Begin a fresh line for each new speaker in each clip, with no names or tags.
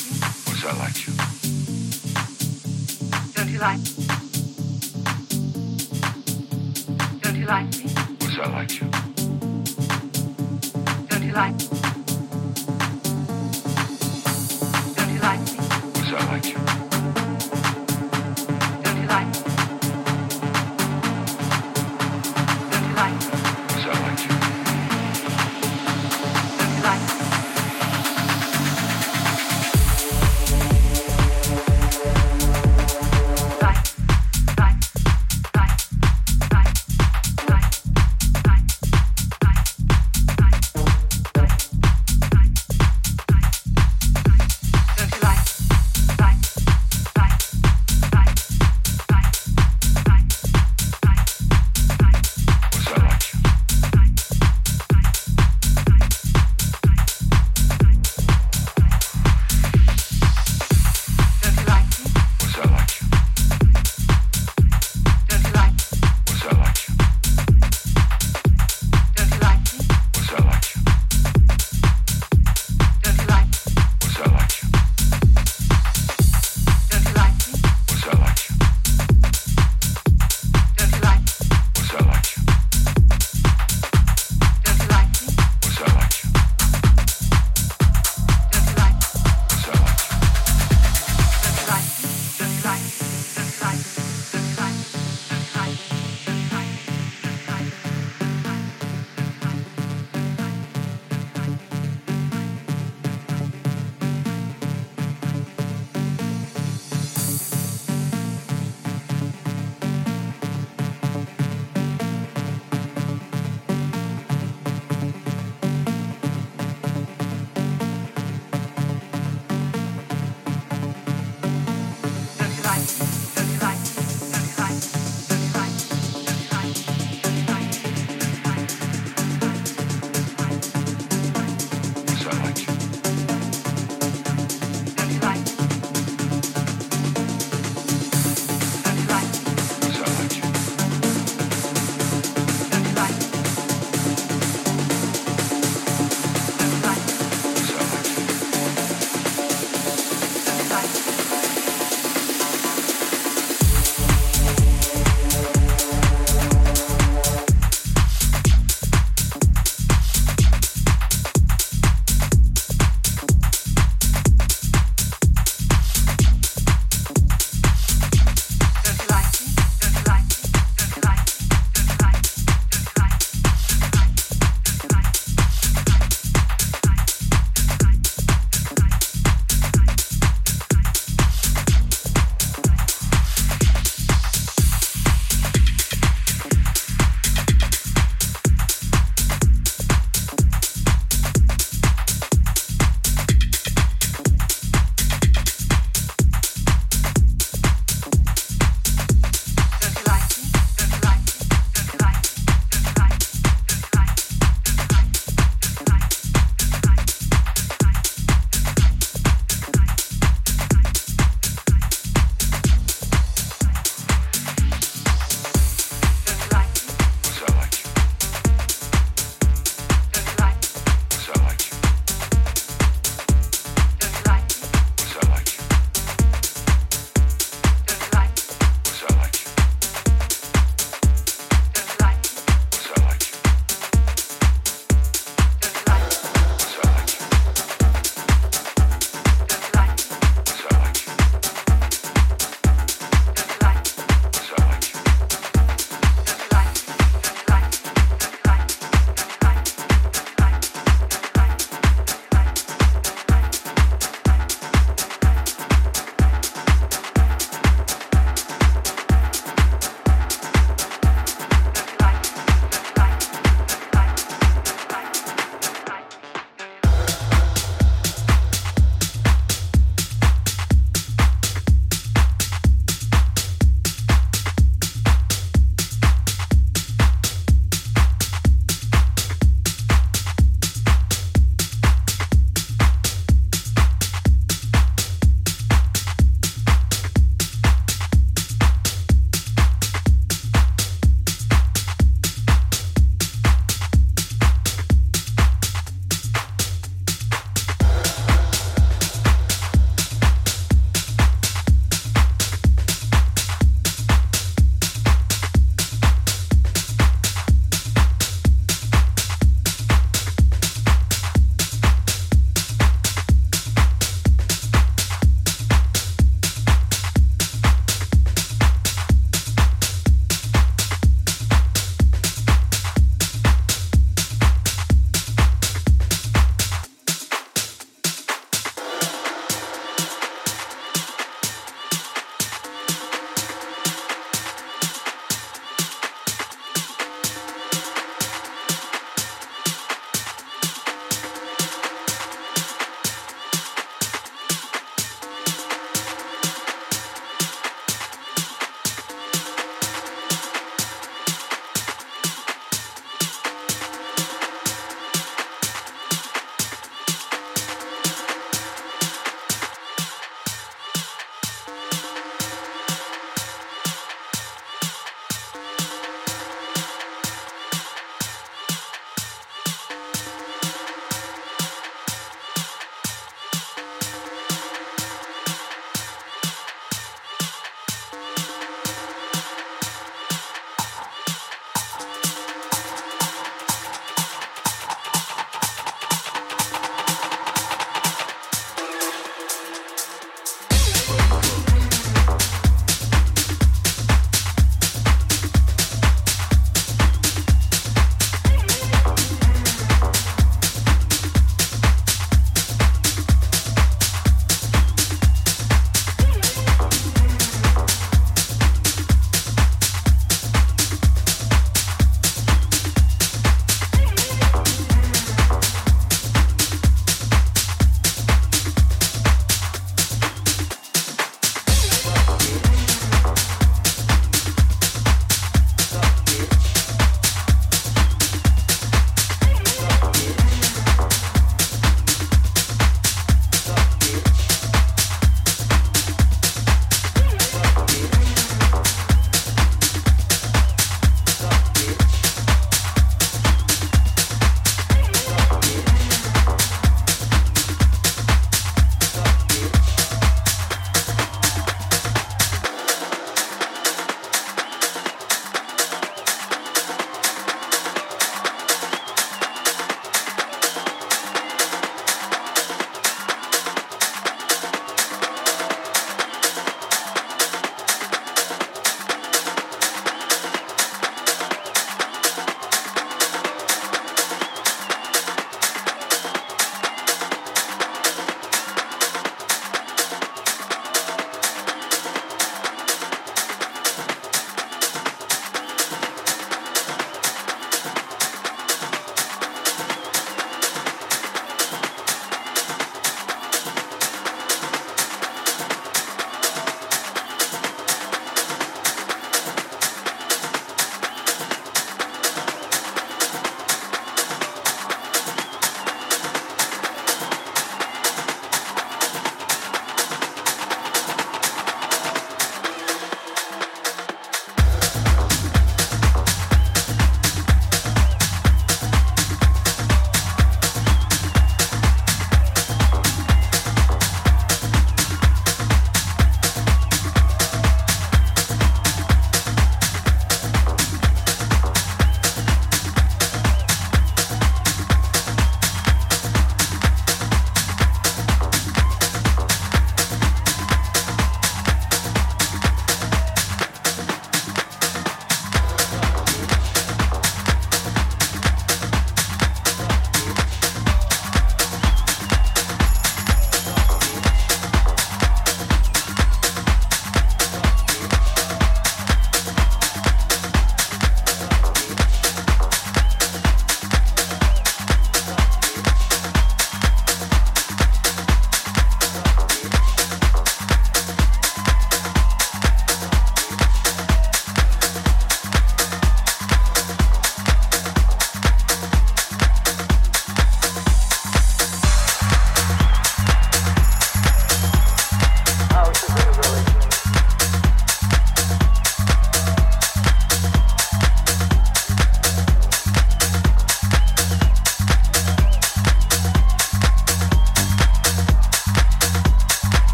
I like you.
Don't you like? Don't you like me?
Because I like you.
Don't you like? Don't you like me?
Because I like you.
Don't you like? Don't you like?
Because I like you.
Don't you like? Like, like, like, like, like, like, like, like, like.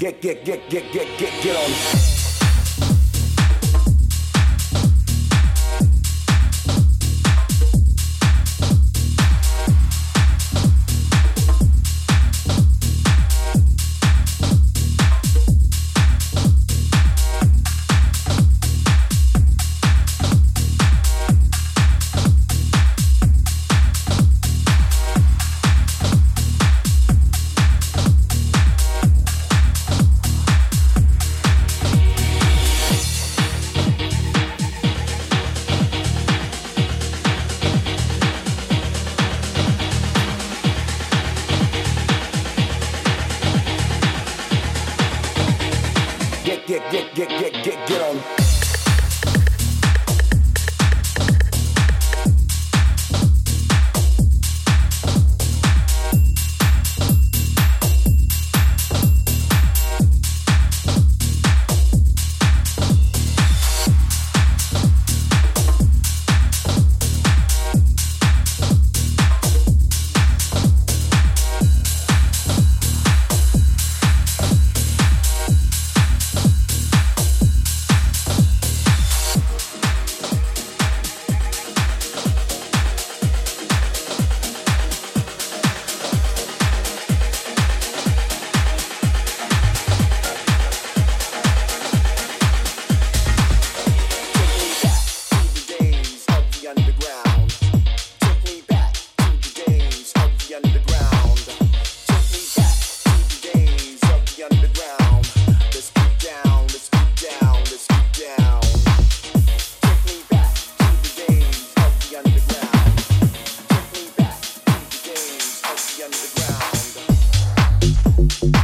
get, get, get, get, get, get, get on. Get, get, get, get, get, get, get on.
Underground.